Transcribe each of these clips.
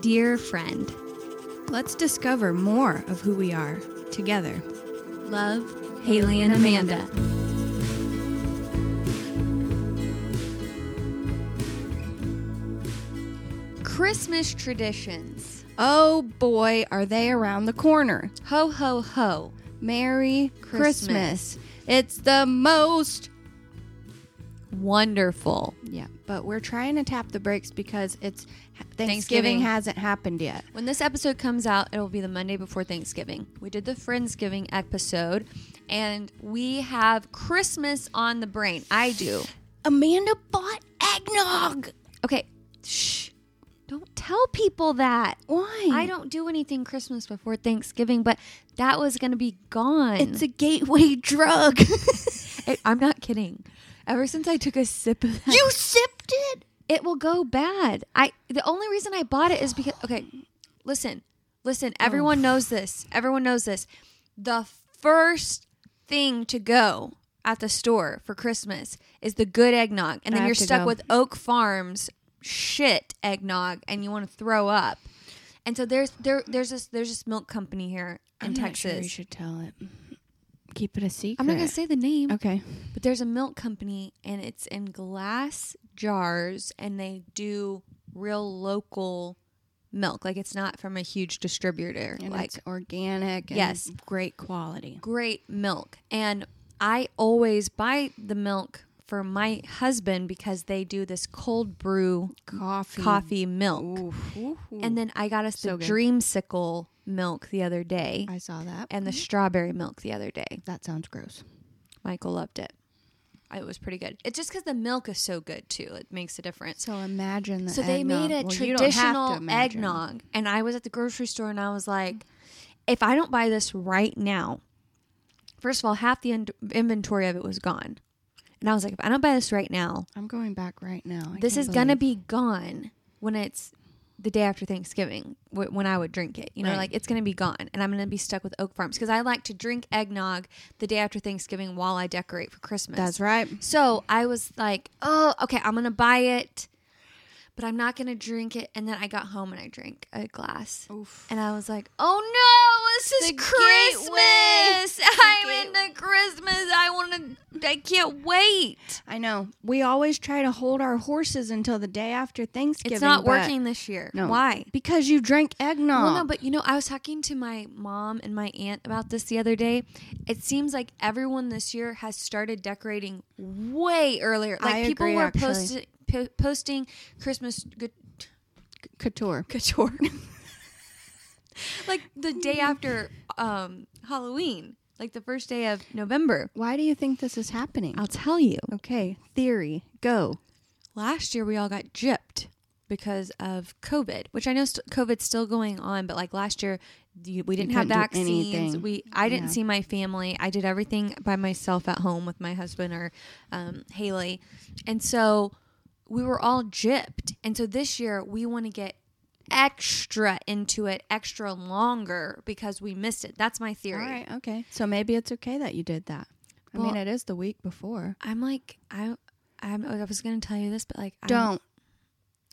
Dear friend, let's discover more of who we are together. Love, Haley and Amanda. Christmas traditions. Oh boy, are they around the corner. Ho, ho, ho. Merry Christmas. Christmas. It's the most. Wonderful. Yeah, but we're trying to tap the brakes because it's Thanksgiving, Thanksgiving. hasn't happened yet. When this episode comes out, it'll be the Monday before Thanksgiving. We did the Friendsgiving episode, and we have Christmas on the brain. I do. Amanda bought eggnog. Okay, shh. Don't tell people that. Why? I don't do anything Christmas before Thanksgiving, but that was going to be gone. It's a gateway drug. It- I'm not kidding. Ever since I took a sip of that, you sipped it. it will go bad. I the only reason I bought it is because okay, listen. Listen, Oh. everyone knows this. Everyone knows this. The first thing to go at the store for Christmas is the good eggnog, and then I have you're to stuck go. with Oak Farms shit eggnog, and you want to throw up. And so there's there there's this there's this milk company here in Texas. you should tell it. Keep it a secret. I'm not gonna say the name. Okay. But there's a milk company and it's in glass jars and they do real local milk. Like it's not from a huge distributor. And like it's organic. And Yes. Great quality. great milk. And I always buy the milk for my husband because they do this cold brew Coffee. coffee milk. Oof. And then I got us So the good. dreamsicle milk the other day I saw that. and the strawberry milk the other day. that sounds gross. Michael loved it. It was pretty good. It's just because the milk is so good too. It makes a difference. So imagine the So they made eggnog- a well, you don't have to traditional imagine. eggnog, and I was at the grocery store and I was like, if I don't buy this right now, first of all, half the in- inventory of it was gone, and I was like, if I don't buy this right now, I'm going back right now. I this can't is gonna believe- be gone when it's the day after Thanksgiving wh- when I would drink it. You know, Right. like it's gonna be gone, and I'm gonna be stuck with Oak Farms because I like to drink eggnog the day after Thanksgiving while I decorate for Christmas. That's right. So I was like, oh, okay, I'm going to buy it, but I'm not going to drink it. And then I got home and I drank a glass. Oof. And I was like, oh no, this is The Christmas. I'm gateway. into Christmas. I want to, I can't wait. I know. We always try to hold our horses until the day after Thanksgiving. It's not but- working this year. No. Why? Because you drank eggnog. Well, no, but you know, I was talking to my mom and my aunt about this the other day. It seems like everyone this year has started decorating way earlier. Like I people agree, were actually. posti- po- posting Christmas good couture. couture, like the day after um, Halloween, like the first day of November. Why do you think this is happening? I'll tell you. okay, theory. Go. Last year we all got gypped because of COVID, which I know st- COVID's still going on, but like last year you, we didn't have couldn't do vaccines. anything. We I didn't Yeah. see my family. I did everything by myself at home with my husband or um, Haley, and so we were all gypped. And so this year we want to get extra into it, extra longer because we missed it. That's my theory. All right. Okay. So maybe it's okay that you did that. I Well- mean, it is the week before. I'm like I. I'm, I was going to tell you this, but like, Don't.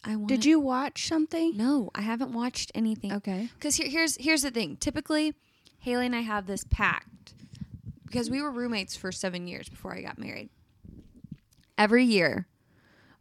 I, I want Did you watch something? No, I haven't watched anything. Okay. Because here, here's here's the thing. Typically, Haley and I have this pact because we were roommates for seven years before I got married. Every year,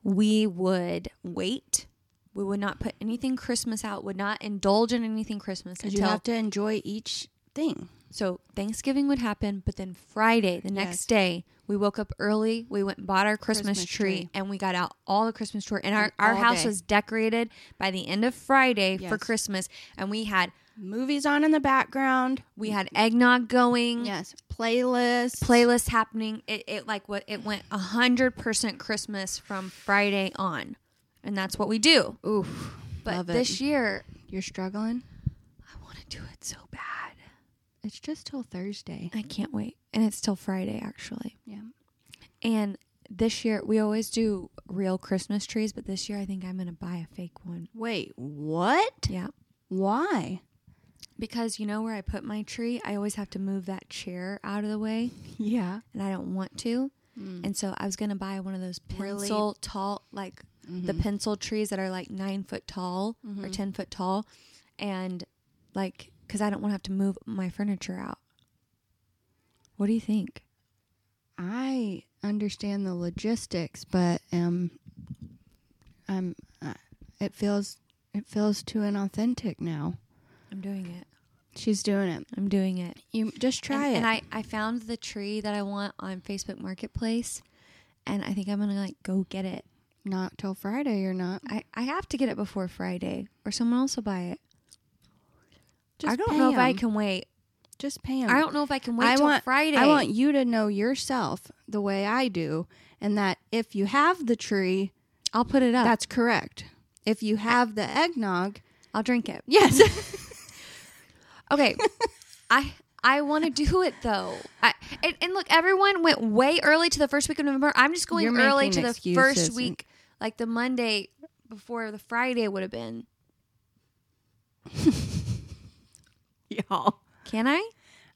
we would wait. We would not put anything Christmas out. Would not indulge in anything Christmas Because you until have to enjoy each thing. so Thanksgiving would happen, but then Friday, the next Yes. day, we woke up early. We went and bought our Christmas, Christmas tree, tree. and we got out all the Christmas tree. And our, And our all house day. was decorated by the end of Friday for Yes. Christmas. And we had Movies on in the background. we had eggnog going, Yes. Playlist. playlists happening. It, it like what it went hundred percent Christmas from Friday on, and that's what we do. Oof. But Love it. this year, You're struggling. I want to do it so bad. It's just till Thursday. I can't wait, and it's till Friday actually. Yeah. And this year, we always do real Christmas trees, but this year I think I'm going to buy a fake one. Wait, what? Yeah. Why? Because you know where I put my tree? I always have to move that chair out of the way, Yeah. Hmm. and I don't want to. And so I was going to buy one of those Really? pencil tall, like the pencil trees that are like nine foot tall or 10 foot tall. And like, because I don't want to have to move my furniture out. What do you think? I understand the logistics, but um, I'm. Uh, it feels it feels too inauthentic now. I'm doing it. She's doing it. I'm doing it. You just try and, it. And I, I found the tree that I want on Facebook Marketplace, and I think I'm gonna like go get it. not till Friday. You're not. I, I have to get it before Friday, or someone else will buy it. Just I don't pay know if I 'em. can wait. Just pay 'em. I don't know if I can wait I till want- Friday. I want you to know yourself the way I do, and that if you have the tree, I'll put it up. that's correct. If you have the eggnog, I'll drink it. yes. Okay, I I want to do it though. I and, and look, everyone went way early to the first week of November. I'm just going You're early to making the excuses first and- week, like the Monday before the Friday would have been. Y'all. Can I?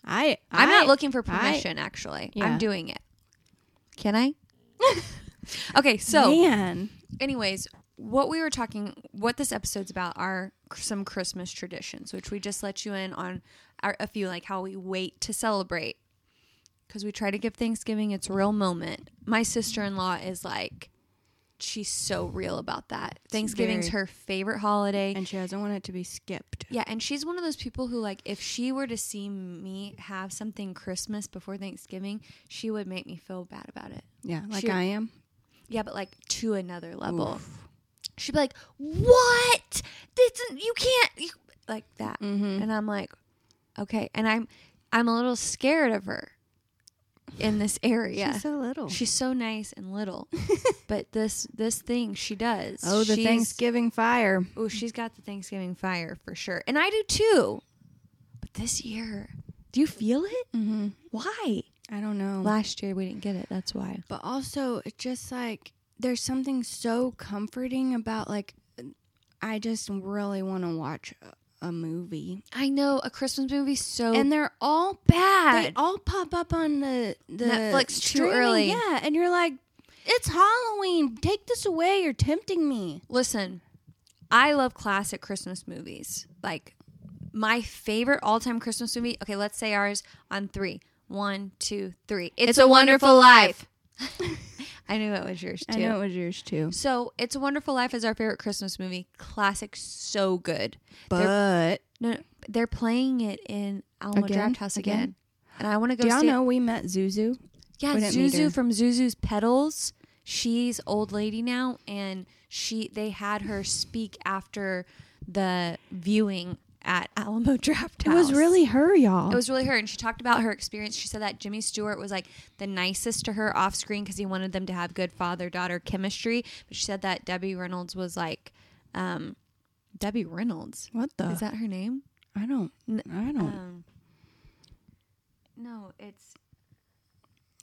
I, I'm I- not looking for I- permission, actually. Yeah. I'm doing it. Can I? okay, so, Man. anyways, what we were talking, what this episode's about are cr- some Christmas traditions, which we just let you in on our, a few, like how we wait to celebrate. Because we try to give Thanksgiving its real moment. My sister in law is like, she's so real about that. Thanksgiving's very- her favorite holiday. And she doesn't want it to be skipped. Yeah, and she's one of those people who like if she were to see me have something Christmas before Thanksgiving, she would make me feel bad about it. Yeah, like She- I am. Yeah, but like to another level. She'd be like, "What? This you can't you, like that." Mm-hmm. And I'm like, "Okay." And I'm I'm a little scared of her in this area. She's so little. She's so nice and little, but this this thing she does. oh, the she's- Thanksgiving fire. Oh, she's got the Thanksgiving fire for sure. And I do too. But this year, do you feel it? Mm-hmm. Why? I don't know. Last year we didn't get it. That's why. but also it's just like there's something so comforting about like i just really want to watch a, a movie I know a Christmas movie so and they're all Oh. they bad. all pop up on the, the Netflix too streaming, early. yeah and you're like it's halloween take this away you're tempting me Listen, I love classic Christmas movies. Like my favorite all-time Christmas movie. Okay, let's say ours on three. One, two, three. It's, a, Wonderful, Life. I knew it was yours too. it was yours too So, It's a Wonderful Life is our favorite Christmas movie. Classic, so good. They're but No, no, they're playing it in Alamo Again? Draft House again. Again? And I want to go. do y'all see it. know we met zuzu Yeah, we didn't meet her. Zuzu from Zuzu's Petals. She's old lady now, and she they had her speak after the viewing at Alamo Draft House. her y'all It was really her, and she talked about her experience. She said that Jimmy Stewart was like the nicest to her off screen because he wanted them to have good father daughter chemistry. But she said that Debbie Reynolds was like, um, Debbie Reynolds what the uh, is that her name? i don't N- i don't Um, no, it's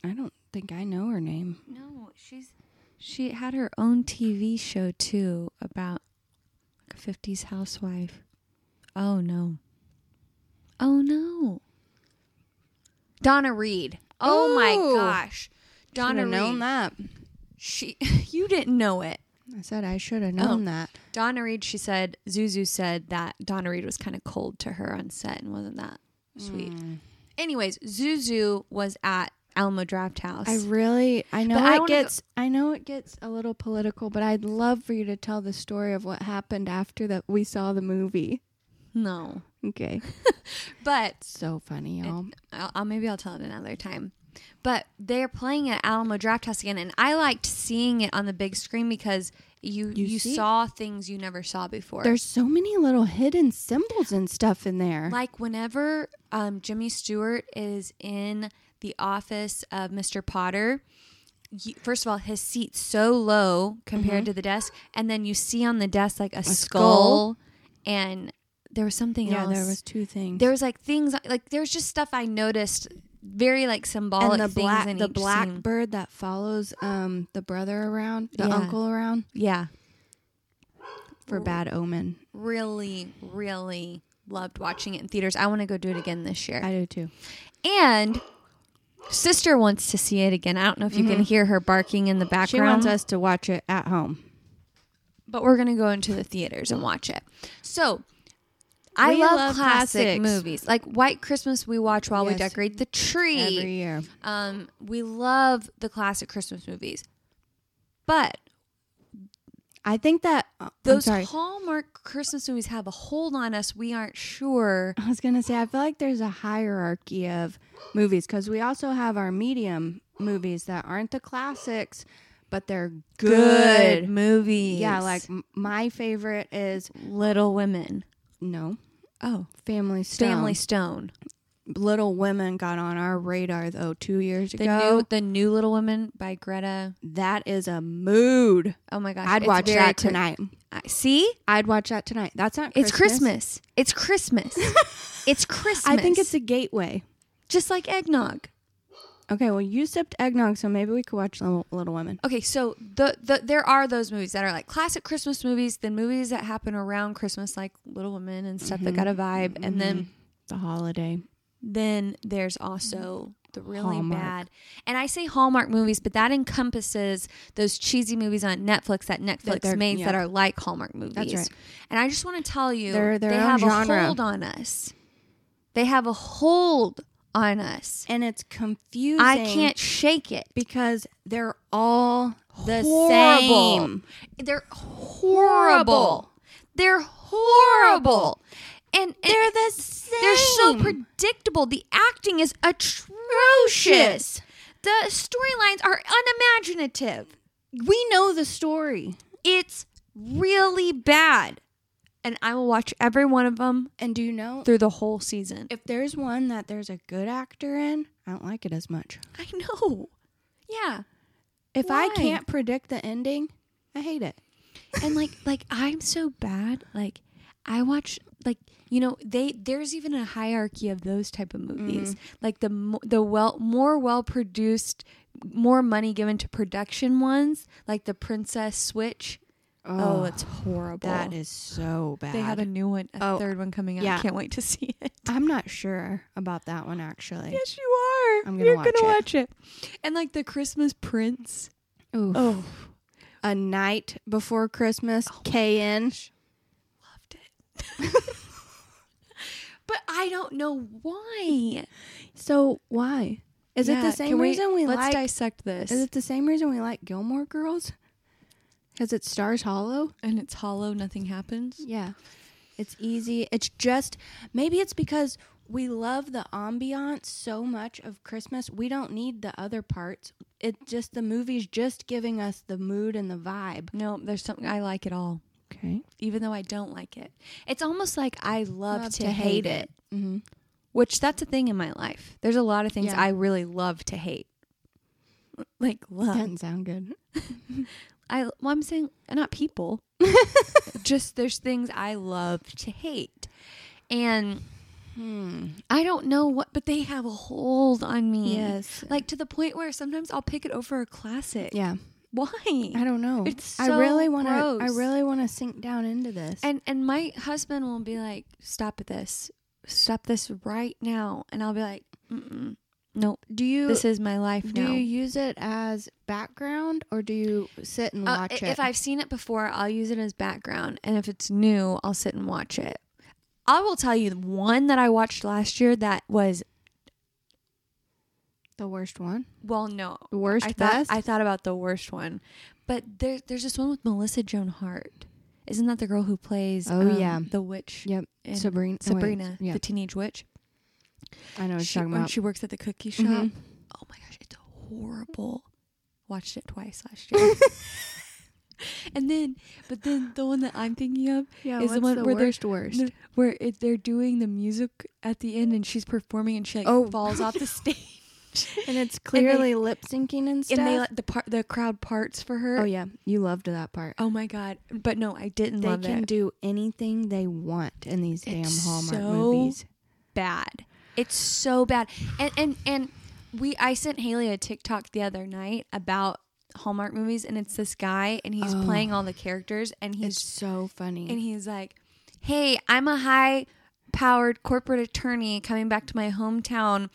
i don't think i know her name no. She's she had her own TV show too about like a fifties housewife. Oh no. Oh no. Donna Reed. Oh Ooh. my gosh. Donna Shoulda known Reed. that She you didn't know it. I said I should have known that. Donna Reed, she said Zuzu said that Donna Reed was kind of cold to her on set and wasn't that sweet. Mm. Anyways, Zuzu was at Alamo Draft House. I really, I know But I wanna it go- gets, I know it gets a little political, but I'd love for you to tell the story of what happened after that we saw the movie. no. Okay, But so funny, y'all. I'll, I'll maybe I'll tell it another time. But they're playing it at Alamo Draft House again, and I liked seeing it on the big screen because you you, You see- saw things you never saw before. There's so many little hidden symbols and stuff in there. like whenever um, Jimmy Stewart is in the office of Mr. Potter. You, first of all, his seat's so low Mm-hmm. compared to the desk, and then you see on the desk like a, skull, skull. and there was something yeah, else. there was two things. there was like things like there's just stuff I noticed very like symbolic and the things black, in the each black scene. bird that follows um the brother around, the Yeah. uncle around yeah for bad omen. really really loved watching it in theaters I want to go do it again this year I do too. and sister Mm-hmm. wants to see it again I don't know if you can hear her barking in the background She wants us to watch it at home. but we're gonna go into the theaters and watch it. So I We love, love classic classics. movies like White Christmas. We watch while we Yes. decorate the tree. every year. Um, we love the classic Christmas movies, but I think that oh, I'm those sorry. Hallmark Christmas movies have a hold on us. We aren't sure. I was gonna say I feel like there's a hierarchy of movies because we also have our medium movies that aren't the classics, but they're good. movies. Yeah, like m- my favorite is Little Women. no Oh, Family Stone. Family Stone. Little Women got on our radar though two years The ago. new the new Little Women by Greta. that that is a mood. Oh my gosh, I'd it's watch very that cri- tonight. I- see, I'd watch that tonight. That's not. it's Christmas. It's Christmas. it's Christmas. I think it's a gateway. just like eggnog. Okay, well, you sipped eggnog, so maybe we could watch Little, Little Women. Okay, so the, the there are those movies that are like classic Christmas movies, then movies that happen around Christmas, like Little Women and stuff Mm-hmm. that got a vibe, and then The holiday. then there's also the really Mm-hmm. Hallmark. bad. And I say Hallmark movies, but that encompasses those cheesy movies on Netflix that Netflix they're- makes yeah. that are like Hallmark movies. right. And I just want to tell you, They're their they own have a genre. hold on us. They have a hold on us. And it's confusing. I can't shake it. because they're all the horrible. same. They're horrible. They're horrible. And, and They're the same. they're so predictable. The acting is atrocious. The storylines are unimaginative. we know the story It's really bad. And I will watch every one of them and do you know through the whole season. if there's one that there's a good actor in i don't like it as much I know. Yeah. if i Why? can't predict the ending i hate it and like like i'm so bad like i watch like you know they there's even a hierarchy of those type of movies like the mo- the well more well produced more money given to production ones like the princess switch oh, it's horrible that is so bad they have a new one a Oh, third one coming out i yeah. can't wait to see it i'm not sure about that one actually yes you are I'm gonna you're watch gonna it. watch it and like the christmas prince Oof. oh a night before christmas kn loved it but i don't know why so why is it Yeah, the same can reason we, let's like dissect this? is it the same reason we like gilmore girls because it stars hollow and it's hollow, nothing happens. Yeah. It's easy. It's just maybe it's because we love the ambiance so much of Christmas. We don't need the other parts. It just the movie's just giving us the mood and the vibe. No, there's something I like it all, Okay. even though I don't like it. It's almost like I love, to, hate, it. Mm-hmm. which that's a thing in my life. There's a lot of things Yeah. I really love to hate. Like love, Doesn't sound good. I. Well, I'm saying not people. Just there's things I love to hate, and Hmm. I don't know what, but they have a hold on me. Yes. like to the point where sometimes I'll pick it over a classic. Yeah. Why? I don't know. It's I so really want to. I gross. really want to sink down into this. And and my husband will be like, "Stop this! Stop this right now!" And I'll be like, Mm-mm. "Nope, do you this is my life do now." you use it as background or do you sit and Uh, watch i- it? If I've seen it before, I'll use it as background, and if it's new, I'll sit and watch it. I will tell you the one that I watched last year that was the worst one, well, no, the worst I thought best. I thought about the worst one, but there, there's this one with Melissa Joan Hart. Isn't that the girl who plays? um, Oh, yeah. the witch. yep. in Sabrina. oh, wait, Sabrina, yeah. the teenage witch. I know what she, you're talking when about. she works at the cookie shop. Mhm. Oh my gosh, it's horrible. Watched it twice last year. and then, but then the one that I'm thinking of, yeah, is the what's one where they're- worst worst. no, where it, they're doing the music at the end and she's performing and she like Oh. falls off the stage. and it's clearly clearly lip syncing and stuff. And they let the part the crowd parts for her. oh yeah, you loved that part. Oh my god! But no, I didn't they love can it. do anything they want in these damn It's Hallmark so- movies. bad. It's so bad. And and and we I sent Haley a TikTok the other night about Hallmark movies and it's this guy and he's Oh. playing all the characters and he's It's so funny. and he's like, "Hey, I'm a high powered corporate attorney coming back to my hometown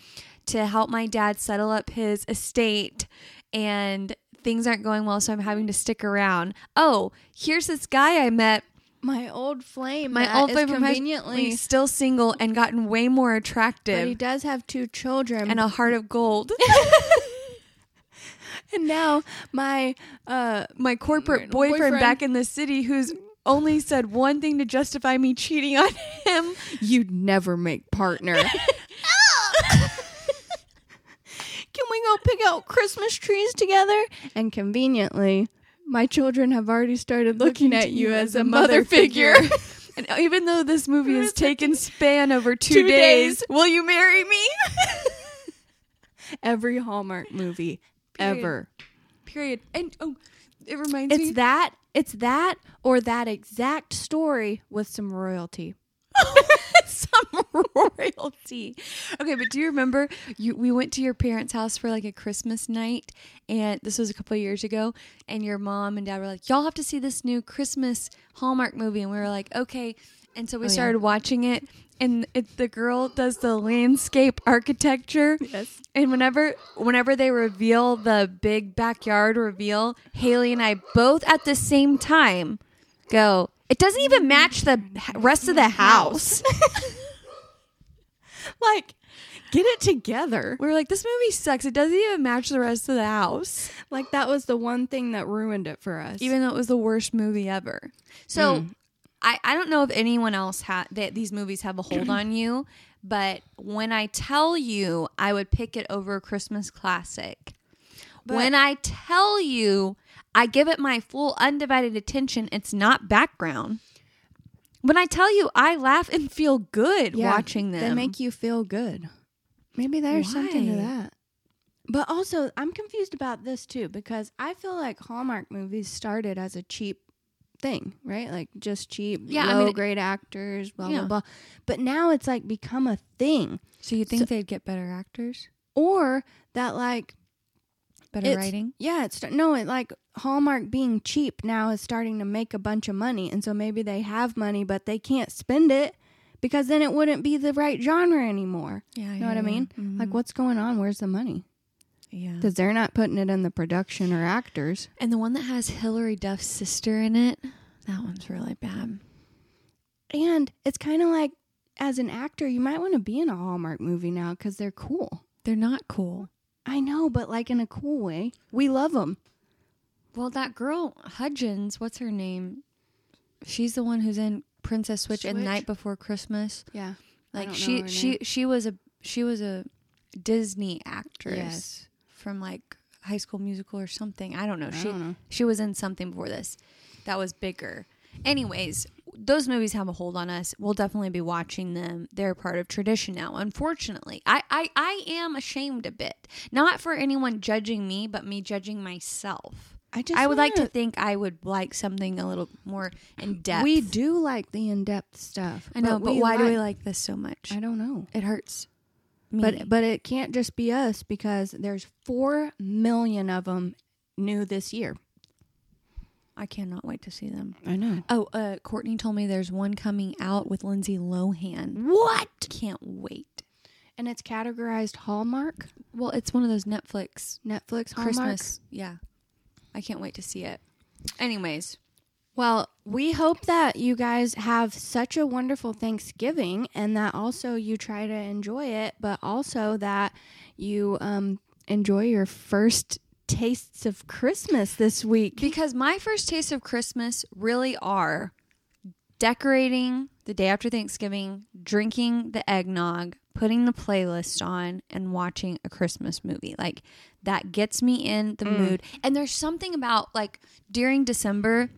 to help my dad settle up his estate and things aren't going well, so I'm having to stick around. Oh, here's this guy I met My old flame. my that old is flame from high school, conveniently. he's still single and gotten way more But he attractive does have two children. and a heart of gold. And now my uh My corporate Right, boyfriend, boyfriend. back in the city who's only said one thing to justify me cheating on him. you'd never make partner. Can we go pick out Christmas trees together? And conveniently, my children have already started looking, at you as a mother figure. and even though this movie has It's taken span over two, two days, days. will you marry me? Every Hallmark movie Period. ever. Period. And oh, it reminds me. It's that it's that or that exact story with some royalty. some royalty. Okay, but do you remember you we went to your parents' house for like a Christmas night and this was a couple of years ago and your mom and dad were like, "Y'all have to see this new Christmas Hallmark movie." And we were like, "Okay." And so we Oh, yeah. started watching it and it, the girl does the landscape architecture. Yes. And whenever whenever they reveal the big backyard reveal, Haley and I both at the same time go, "It doesn't even match the h- rest of the house." Like get it together. We were like, this movie sucks. It doesn't even match the rest of the house, Like that was the one thing that ruined it for us. even though it was the worst movie ever. So I, I don't know if anyone else had that these movies have a hold on you, but when I tell you, I would pick it over a Christmas classic. But- when I tell you, I give it my full undivided attention. It's not background. When I tell you, I laugh and feel good Yeah, watching them. They make you feel good. Maybe there's something to Why? that. But also, I'm confused about this too because I feel like Hallmark movies started as a cheap thing, right? Like just cheap, Yeah, yeah, I low mean- grade actors, blah Yeah. blah blah. But now it's like become a thing, so you think they'd get better actors, or that like better It's- writing? yeah, it's no, it like Hallmark being cheap now is starting to make a bunch of money, and so maybe they have money, but they can't spend it because then it wouldn't be the right genre anymore. Yeah, You know what I mean? Like, what's going on? Where's the money? Yeah. Because they're not putting it in the production or actors. And the one that has Hillary Duff's sister in it, that one's really bad. And it's kind of like, as an actor, you might want to be in a Hallmark movie now because they're cool. They're not cool. I know, but like in a cool way. We love them. Well, that girl Hudgens, what's her name? She's the one who's in Princess Switch, and Switch? Night Before Christmas. Yeah. I Like don't know she her she name. she was a she was a Disney actress Yes. from like High School Musical or something. I don't know. I she don't know. she was in something before this that was bigger. Anyways, those movies have a hold on us. We'll definitely be watching them. They're part of tradition now, unfortunately. I, I, I am ashamed a bit. Not for anyone judging me, but me judging myself. I just I would like to wanna- think I would like something a little more in depth. We do like the in depth stuff. I know, but, why do we like? like this so much? I don't know. It hurts. Me. But but it can't just be us because there's four million of them new this year. I cannot wait to see them. I know. Oh, uh, Courtney told me there's one coming out with Lindsay Lohan. What? Can't wait. And it's categorized Hallmark, Well, it's one of those Netflix Netflix, Hallmark. Christmas. Yeah. I can't wait to see it. Anyways, Well, we hope that you guys have such a wonderful Thanksgiving and that also you try to enjoy it, but also that you um, enjoy your first tastes of Christmas this week. because my first taste of Christmas really are decorating the day after Thanksgiving, drinking the eggnog, putting the playlist on, and watching a Christmas movie. Like that gets me in the mood. And there's something about like during December,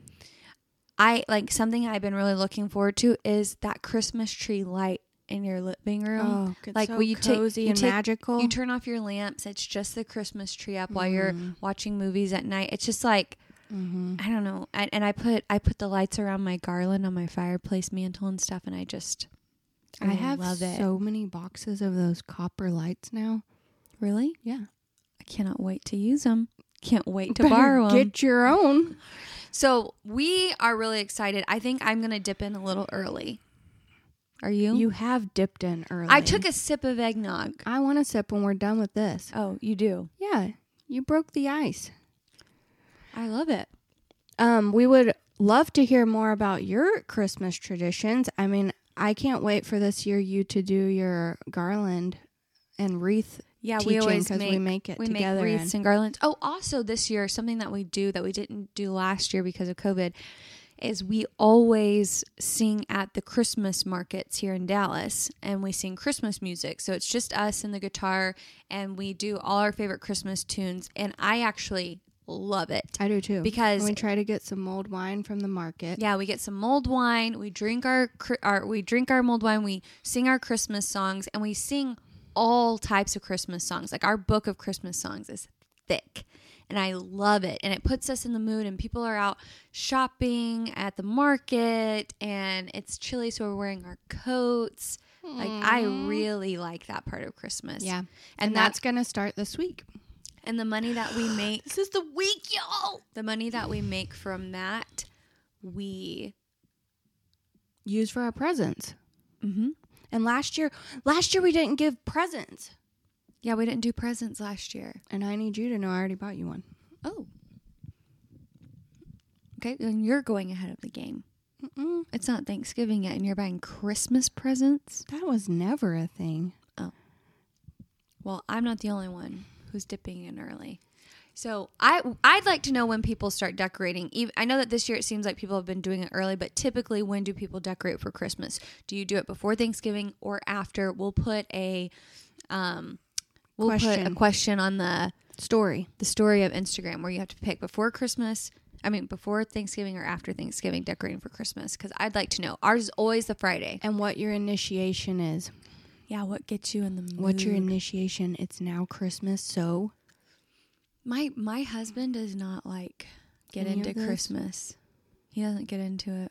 I like something I've been really looking forward to is that Christmas tree light in your living room. it's oh, like Oh, so will you take- cozy you and take magical. You turn off your lamps. It's just the Christmas tree up while you're Mm-hmm. watching movies at night. It's just like I don't know. And, and I put I put the lights around my garland on my fireplace mantle and stuff, and I just I, I have love it. so many boxes of those copper lights now. really, Yeah. I cannot wait to use them. Can't wait to borrow them. Get your own. so we are really excited. I think I'm gonna dip in a little early. Are you? You have dipped in early. I took a sip of eggnog. I want to sip when we're done with this. Oh, you do. Yeah, you broke the ice. I love it. Um, we would love to hear more about your Christmas traditions. I mean, I can't wait for this year you to do your garland and wreath Yeah, teaching we always because make, we make it we make together. wreaths and garlands. Oh, also this year, something that we do that we didn't do last year because of COVID is we always sing at the Christmas markets here in Dallas and we sing Christmas music. So it's just us and the guitar and we do all our favorite Christmas tunes and I actually love it. and- I do too. Because- And we try to get some mulled wine from the market. Yeah, we get some mulled wine, we drink our, cr- our we drink our mulled wine, we sing our Christmas songs and we sing all types of Christmas songs. Like our book of Christmas songs is thick. And I love it. And it puts us in the mood and people are out shopping at the market and it's chilly so we're wearing our coats. Like I really like that part of Christmas. Yeah. And, And, that's that's going to start this week. and the money that we make This is the week, y'all. the money that we make from that we Use for our presents. Mm-hmm. Mhm. And last year, last year we didn't give presents. Yeah, we didn't do presents last year. And I need you to know I already bought you one. Oh. Okay, then you're going ahead of the game. Mm-mm. It's not Thanksgiving yet, and you're buying Christmas presents. That was never a thing. Well, I'm not the only one who's dipping in early. So I I'd like to know when people start decorating. Even I know that this year it seems like people have been doing it early, but typically when do people decorate for Christmas? Do you do it before Thanksgiving or after? We'll put a um we'll put a Question. question on the Story. the story of Instagram where you have to pick before Christmas. I mean, before Thanksgiving or after Thanksgiving, decorating for Christmas. Because I'd like to know. Ours is always the Friday. And what your initiation is. Yeah, what gets you in the mood? What's your initiation? It's now Christmas, so my my husband does not like get Any of into this? Christmas. He doesn't get into it.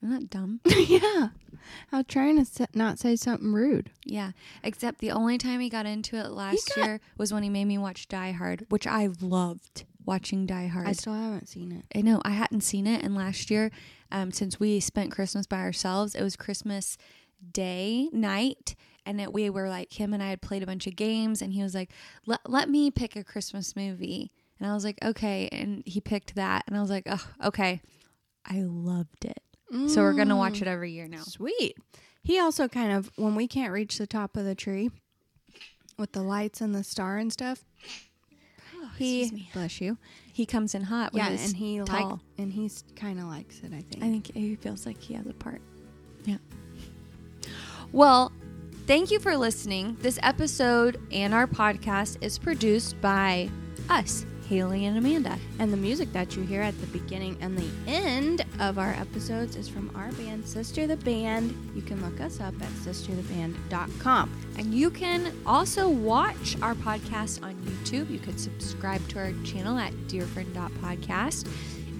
I'm not dumb. yeah. I was trying to se- not say something rude. yeah, except the only time he got into it last got- year was when he made me watch Die Hard, which I loved watching Die Hard. I still haven't seen it. I know I hadn't seen it, and last year, um, since we spent Christmas by ourselves, it was Christmas day night, and it, we were like him and I had played a bunch of games, and he was like, "Let let me pick a Christmas movie," and I was like, "Okay," and he picked that, and I was like, "Oh, okay." I loved it, so we're gonna Mm. watch it every year now. Sweet. He also kind of when we can't reach the top of the tree with the lights and the star and stuff. He bless you. he comes in hot. When Oh, yeah, he's and he tall. like and he's kind of likes it. I think. I think he feels like he has a part. Yeah. Well, thank you for listening. This episode and our podcast is produced by us, Haley and Amanda. and the music that you hear at the beginning and the end of our episodes is from our band, Sister the Band. You can look us up at sistertheband.com. And you can also watch our podcast on YouTube. You can subscribe to our channel at dearfriend.podcast.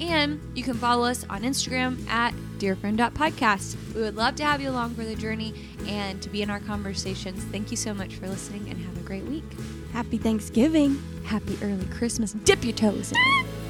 And you can follow us on Instagram at dearfriend.podcast. We would love to have you along for the journey and to be in our conversations. Thank you so much for listening and have a great week. Happy Thanksgiving! Happy early Christmas. Dip your toes in. it.